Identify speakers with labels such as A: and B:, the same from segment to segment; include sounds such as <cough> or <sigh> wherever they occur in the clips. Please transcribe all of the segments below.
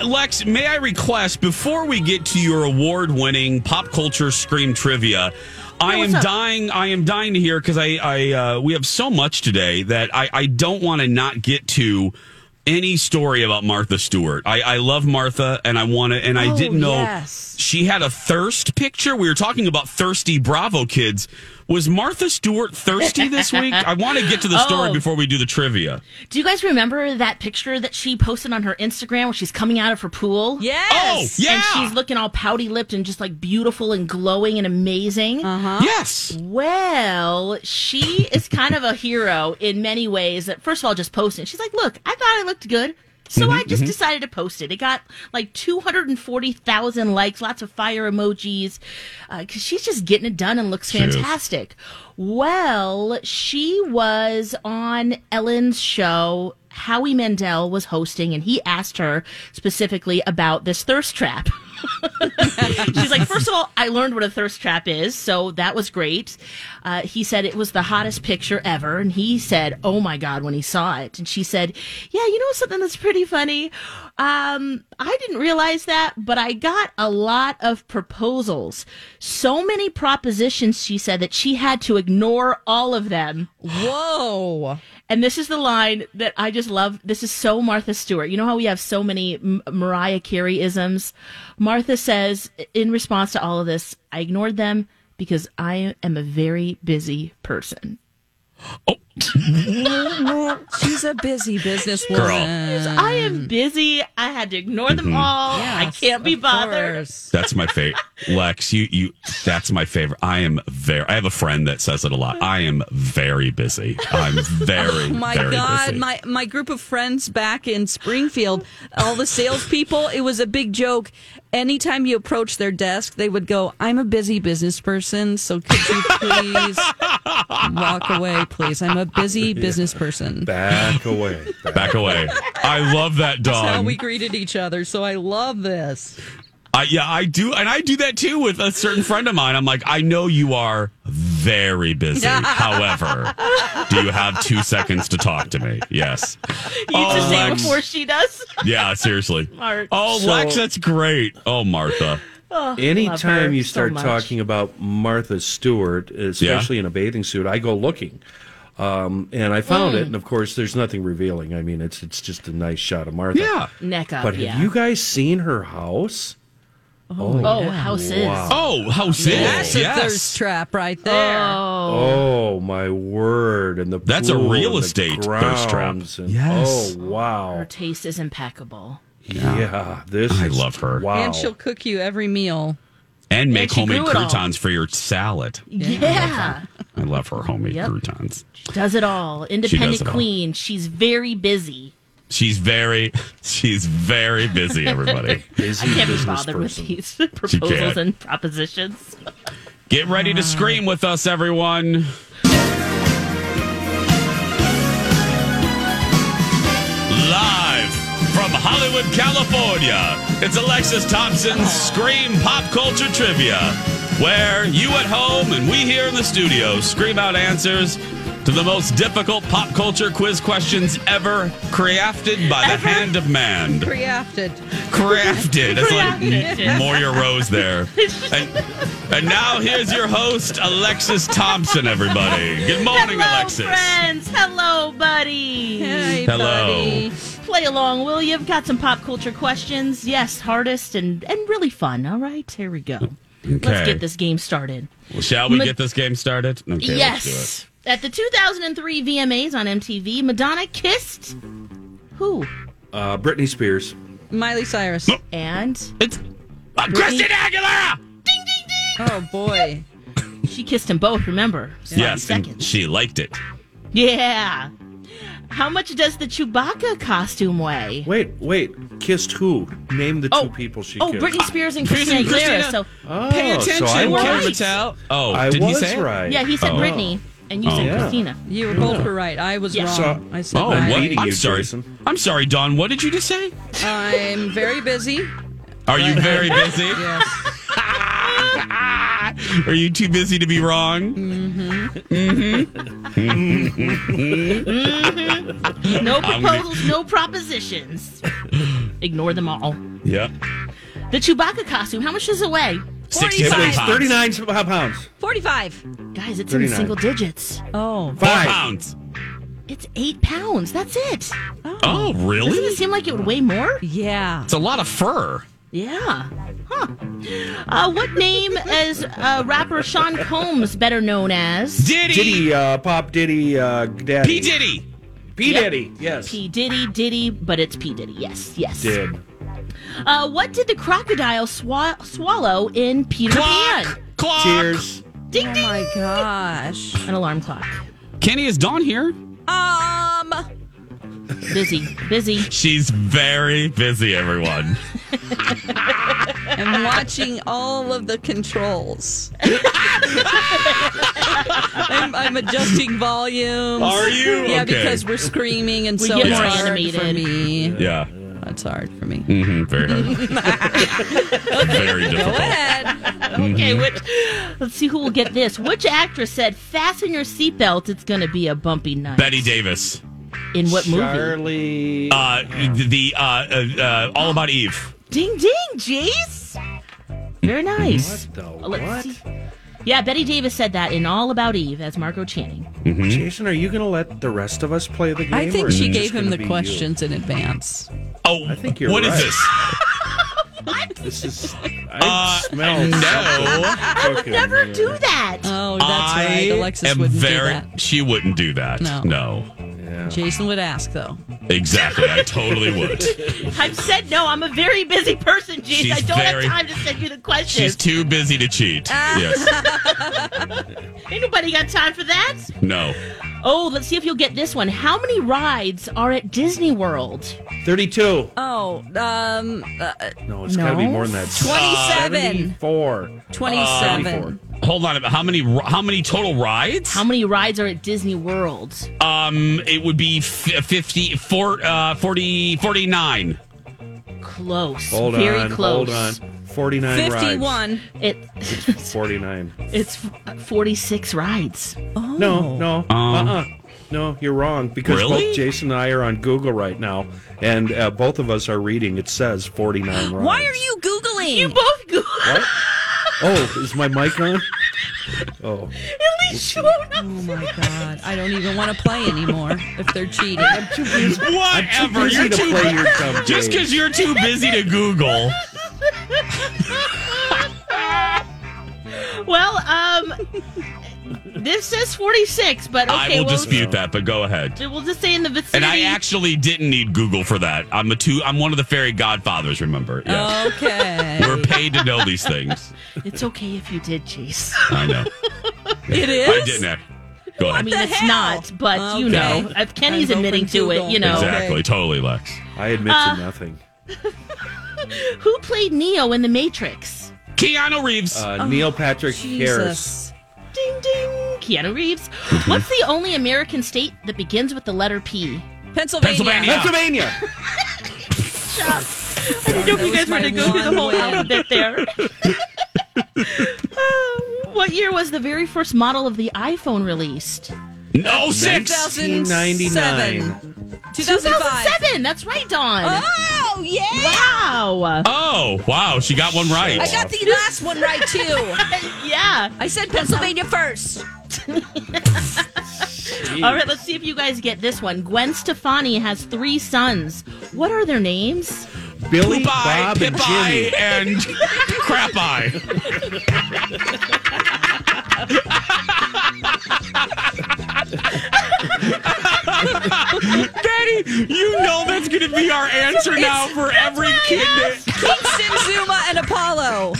A: Lex, may I request before we get to your award-winning pop culture scream trivia? I am dying. I am dying to hear because I, I, uh, we have so much today that I, I don't want to not get to any story about Martha Stewart. I, I love Martha, and I want to. And I
B: Oh,
A: didn't know
B: yes.
A: she had a thirst picture. We were talking about thirsty Bravo kids. Was Martha Stewart thirsty this week? I want to get to the story
B: <laughs> Oh.
A: before we do the trivia.
B: Do you guys remember that picture that she posted on her Instagram where she's coming out of her pool?
C: Yes.
A: Oh, yeah.
B: And she's looking all pouty lipped and just like beautiful and glowing and amazing.
A: Yes.
B: Well, she is kind of a hero in many ways. That first of all, just posting. She's like, look, I thought it looked good. So I just decided to post it. It got like 240,000 likes, lots of fire emojis, because she's just getting it done and looks
A: is.
B: fantastic. Well, she was on Ellen's show. Howie Mandel was hosting, and he asked her specifically about this thirst trap. <laughs> She's like, first of all, I learned what a thirst trap is, so that was great. Uh, he said it was the hottest picture ever, and he said, "Oh my god," when he saw it, and she said, "Yeah, you know something that's pretty funny. Um, I didn't realize that, but I got a lot of proposals. So many propositions." She said that she had to ignore all of them.
C: Whoa.
B: And this is the line that I just love. This is so Martha Stewart. You know how we have so many M- Mariah Carey isms? Martha says, in response to all of this, I ignored them because I am a very busy person.
D: Oh.
B: <laughs>
C: She's a busy
A: businesswoman.
C: businesswoman.
B: I am busy. I had to ignore
D: Mm-hmm.
B: them all. I can't be bothered.
A: That's my favorite. Lex, you you that's my favorite. I am very I have a friend that says it a lot. I am very busy. I'm
C: <laughs>
A: very
C: Oh My
A: very
C: God,
A: busy.
C: my my group of friends back in Springfield, all the salespeople, it was a big joke. Anytime you approach their desk, they would go, "I'm a busy business person, so could you please
A: <laughs>
C: walk away, please? I'm a busy business person."
D: Back away.
B: <laughs>
A: Back away. I love that
C: That's how
A: dog.
C: we greeted each other. So I love this.
A: I, yeah, I do and I do that too with a certain friend of mine. I'm like, I know you are very
C: <laughs>
A: busy. However, do you have two seconds to talk to me?
C: <laughs>
A: Yes.
B: You
A: Oh,
B: just say it
A: Lex.
B: before she does.
A: Yeah,
C: <laughs>
A: seriously.
B: Smart.
A: Oh,
D: So-
A: Lex, that's great. Oh, Martha.
B: Oh, Love her
D: Anytime you
B: so
D: start
B: much.
D: talking about Martha Stewart, especially in a bathing suit, I go looking. Um, and I found
B: Mm.
D: it, and of course, there's nothing revealing. I mean, it's it's just a nice shot of Martha.
A: Yeah.
B: Neck up.
D: But have
B: yeah.
D: you guys seen her house?
B: oh, houses.
A: Oh, how's it?
C: That's a
A: yes.
C: thirst trap right there.
D: Oh my word! And the
A: That's a
D: pool
A: real
D: and the
A: estate thirst trap.
D: grounds And,
A: Yes.
D: Oh wow.
B: Her taste is
D: Oh.
B: impeccable.
D: Yeah. this.
A: I
D: is-
A: love her.
D: Wow.
C: And she'll cook you every meal.
A: and make
B: And she
A: homemade
B: grew it all.
A: croutons for your salad.
B: Yeah.
A: I love her homemade
B: Yep.
A: croutons.
B: She does it all. Independent
A: it all.
B: queen. She's very busy.
A: She's very, she's very busy.
B: <laughs>
A: Everybody,
D: Busy
B: I can't be
D: business
B: bothered
D: person.
B: with these proposals
A: can't.
B: and propositions.
A: get ready to scream with us, everyone. Live from Hollywood, California, it's Alexis Thompson's Scream Pop Culture Trivia, where you at home and we here in the studio scream out answers to the most difficult pop culture quiz questions ever crafted by the hand of man.
C: Crafted.
A: crafted. It's like
B: Crafted.
A: M- Moira Rose there. And, and now here's your host, Alexis Thompson, everybody. Good morning,
B: Hello,
A: Alexis.
B: friends. Hello, buddies.
C: Hey,
A: Hello.
C: buddy.
B: play along, will you? I've got some pop culture questions. Yes, hardest and, and really fun. All right, here we go. Let's get this game started.
A: Well, shall we
B: Ma-
A: get this game started? Okay, let's
B: yes. At the 2003 VMAs on MTV, Madonna kissed who?
D: Uh, Britney Spears.
C: Miley Cyrus.
B: And
A: do it. It's uh, Christina Aguilera.
C: Oh boy.
B: she kissed them both, remember?
A: Yes, and
B: Seconds.
A: she liked it.
B: Yeah. How much does the Chewbacca costume weigh?
D: Wait, wait. Kissed who? Name the two
B: Oh.
D: people she
B: Oh,
D: kissed.
B: Britney Spears and Christina Aguilera.
A: Christina.
B: So,
D: Oh,
A: Pay attention,
D: so I
B: Kim
D: was,
B: Right.
A: Mattel. Oh,
D: I
A: did
D: was
A: he say it?
D: right.
B: yeah, he said
A: Oh.
B: Britney, and you said
D: yeah.
B: Christina.
C: You were both were right. I was
B: Yeah.
D: So-
C: wrong. I said
A: Oh,
C: Miley.
A: what?
D: beating
A: I'm
D: you,
A: sorry.
D: Jason.
A: I'm sorry, Don. What did you just say?
C: I'm very busy.
A: Are you
C: Right.
A: very busy?
D: <laughs>
C: Yes.
A: Are you too busy to be wrong?
B: Mm. No
A: I'm gonna-
B: proposals, no
A: <laughs>
B: propositions. Ignore them all.
A: Yeah.
B: The Chewbacca costume, how much does it weigh?
A: 65
D: It weighs
A: pounds.
D: 39 uh, pounds.
C: <laughs> Forty-five.
B: Guys, it's in
D: 39.
B: the single digits.
C: Oh.
D: Five.
A: pounds.
B: It's eight pounds. That's it.
A: Oh,
B: Doesn't it
A: really?
B: seem like it would weigh more?
C: Yeah.
A: It's a lot of fur.
B: Yeah. Huh. Uh, what name is uh, rapper Sean Combs better known as?
A: Diddy.
D: Diddy, uh, Pop Diddy, uh,
A: P.
D: Daddy.
A: Diddy.
D: P.
B: Yep.
D: Diddy, yes.
B: P. Diddy, Diddy, but it's P. Diddy. Yes, yes.
D: Did.
B: Uh, what did the crocodile swa- swallow in Peter
A: Clock.
B: Pan?
A: Clock.
D: Tears.
B: Ding,
C: Oh
B: ding.
C: my gosh.
B: An alarm clock.
A: Kenny, is Dawn here?
C: Um.
B: Busy,
A: <laughs>
B: busy.
A: She's very busy, <laughs> everyone.
C: I'm watching all of the
A: <laughs>
C: controls. I'm, I'm adjusting volumes.
A: Are you?
C: Yeah,
A: Okay.
C: because we're screaming, and
B: We
C: so
B: get
C: it's
B: more
C: hard for
B: animated.
C: me.
A: yeah.
C: That's hard for me.
A: Mm-hmm. Very hard. <laughs> very
C: Go
A: difficult.
C: ahead.
B: Okay, which, Mm-hmm. let's see who will get this. Which actress said, "Fasten your seatbelt, it's going to be a bumpy night"?
A: Betty Davis.
B: In what movie?
D: Charlie.
A: Uh, the uh, uh, uh, All About Eve.
B: Ding, ding, Jace. Very nice.
D: What the
B: Let's
D: what?
B: see. Yeah, Betty Davis said that in All About Eve as Margot Channing.
D: Jason, are you going to let the rest of us play the game?
C: I
D: or
C: think
D: is
C: she
D: it just
C: gave him
D: gonna
C: the
D: be you?
C: questions in advance.
A: Oh,
D: I think you're
A: what is
D: right.
A: this?
D: This is.
A: Uh,
D: I smell.
A: No,
B: I would never do that.
A: <laughs>
C: Oh, that's
A: I
C: right. Alexis
A: am
C: wouldn't
A: very.
C: do that.
A: She wouldn't do that.
C: No. Jason would ask though.
A: exactly. I
C: <laughs>
A: totally would.
B: I've said no. I'm a very busy person, Jace.
A: She's
B: I don't
A: very-
B: have time to send you the
A: She's
B: questions.
A: too busy to cheat. Yes.
C: <laughs>
B: Ain't nobody got time for that.
A: No.
B: Oh, let's see if you'll get this one. How many rides are at Disney World?
D: 32.
C: Oh, um, uh,
D: No, it's got to be
B: No.
D: more than that. Uh,
C: 27.
D: 74.
C: 27.
A: Hold on. a minute. How many? ri- How many total rides?
B: How many rides are at Disney World?
A: Um, it would be f- 50, four, uh, 40, 49.
B: Close.
D: Hold
B: very
D: on.
B: close.
D: Hold on. 49 rides.
C: 51.
B: It,
D: 49.
B: <laughs> it's f- 46 rides.
C: Oh.
D: No, no.
A: Um,
D: uh-uh. No, you're wrong because
A: Really?
D: both Jason and I are on Google right now, and uh, both of us are reading. It says 49 rides.
C: Why are you Googling?
B: You both <laughs> go.
D: What? Oh, is my mic on? Oh,
B: At least you won't know.
C: oh my God. I don't even want to play anymore if they're cheating.
D: too busy. I'm too
A: Whatever.
D: busy
A: You're
D: to
A: too.
D: play your dumb game.
A: just because you're too busy to
B: <laughs>
A: Google.
B: Well, um, <laughs> this says 46, but okay.
A: I will
B: we'll,
A: dispute that, but go ahead.
B: We'll just say in the vicinity.
A: And I actually didn't need Google for that. I'm a two. I'm one of the fairy godfathers. Remember?
B: Oh.
A: Yes. <laughs>
C: Okay.
A: We're paid to know these things.
B: it's okay if you did, Chase.
A: I know.
C: It is?
A: I didn't. act- Go
B: I
A: ahead.
B: mean,
C: the
B: it's
C: hell?
B: not, but you
C: Okay.
B: know, if Kenny's
C: I'm
B: admitting
C: hoping
B: to it,
C: Google.
B: you know.
A: Exactly.
C: Okay.
A: Totally, Lex.
D: I admit
C: Uh,
D: to nothing.
B: Who played Neo in The Matrix?
A: Keanu Reeves.
D: Uh, Neil Patrick
C: oh, Jesus.
D: Harris.
B: Ding ding. Keanu Reeves. What's the only American state that begins with the letter P?
C: Pennsylvania.
A: Pennsylvania.
D: Pennsylvania.
B: I didn't know if you guys were
C: my
B: going to go through the
C: one
B: whole
C: win.
B: alphabet there. <laughs> Um, what year was the very first model of the iPhone released?
A: no six.
C: 1997. 2005.
B: 2007. That's right, Dawn.
C: Oh, yeah.
B: Wow.
A: Oh wow, she got one right.
C: I got the last one right, too.
B: Yeah.
C: I said Pennsylvania first.
B: All right, let's see if you guys get this one. Gwen Stefani has three sons. What are their names?
D: Billy,
A: Poop eye,
D: Bob,
A: hip
D: and
A: eye,
D: Jimmy.
A: and crap eye. Daddy, you know that's going to be our answer now for every kid. that-
C: Kingston, Zuma, and Apollo.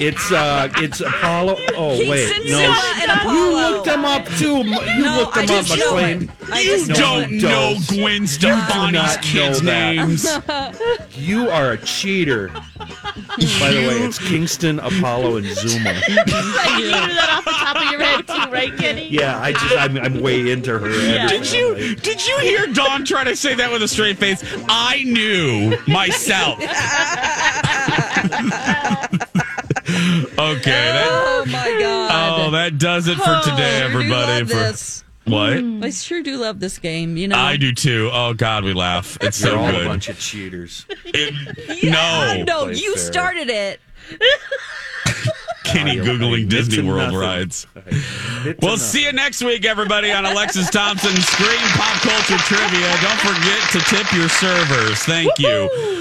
D: It's uh, it's Apollo. Oh wait,
C: Kingston,
D: no.
C: Zuma, and Apollo.
D: You looked them up too. M- You
C: No,
D: looked
C: I
D: them up,
C: just know it.
D: McLean.
C: I
A: You
C: just know it.
A: don't
D: it.
A: know
D: Don't.
A: Gwen Stefani's
D: not
A: kids'
D: know that.
A: names.
D: You are a cheater. By the way, it's Kingston, Apollo, and Zuma.
B: I <laughs> you knew that off the top of your head too, <laughs> right, Kenny?
D: Yeah, I just I'm, I'm way into her.
B: Yeah.
D: every-
A: Did you did you hear Dawn try to say that with a straight face? I knew myself. okay, that,
C: Oh my god.
A: oh that does it for today,
C: Oh, I sure do
A: everybody.
C: love
A: for-
C: this. Mm.
A: what?
C: I sure do love this game. You know,
A: I do too. Oh God, we laugh. It's
D: You're
A: so
D: all a
A: good.
D: bunch of cheaters. <laughs>
A: It- no,
C: Yeah, no,
D: Play
C: you
D: fair.
C: started it.
A: Kenny
D: I-
A: googling
D: I-
A: Disney
D: it's
A: World
D: nothing.
A: rides.
D: It's
A: We'll
D: enough.
A: see you next week, everybody, on
D: <laughs>
A: Alexis Thompson Screen Pop Culture Trivia. Don't forget to tip your servers. Thank you.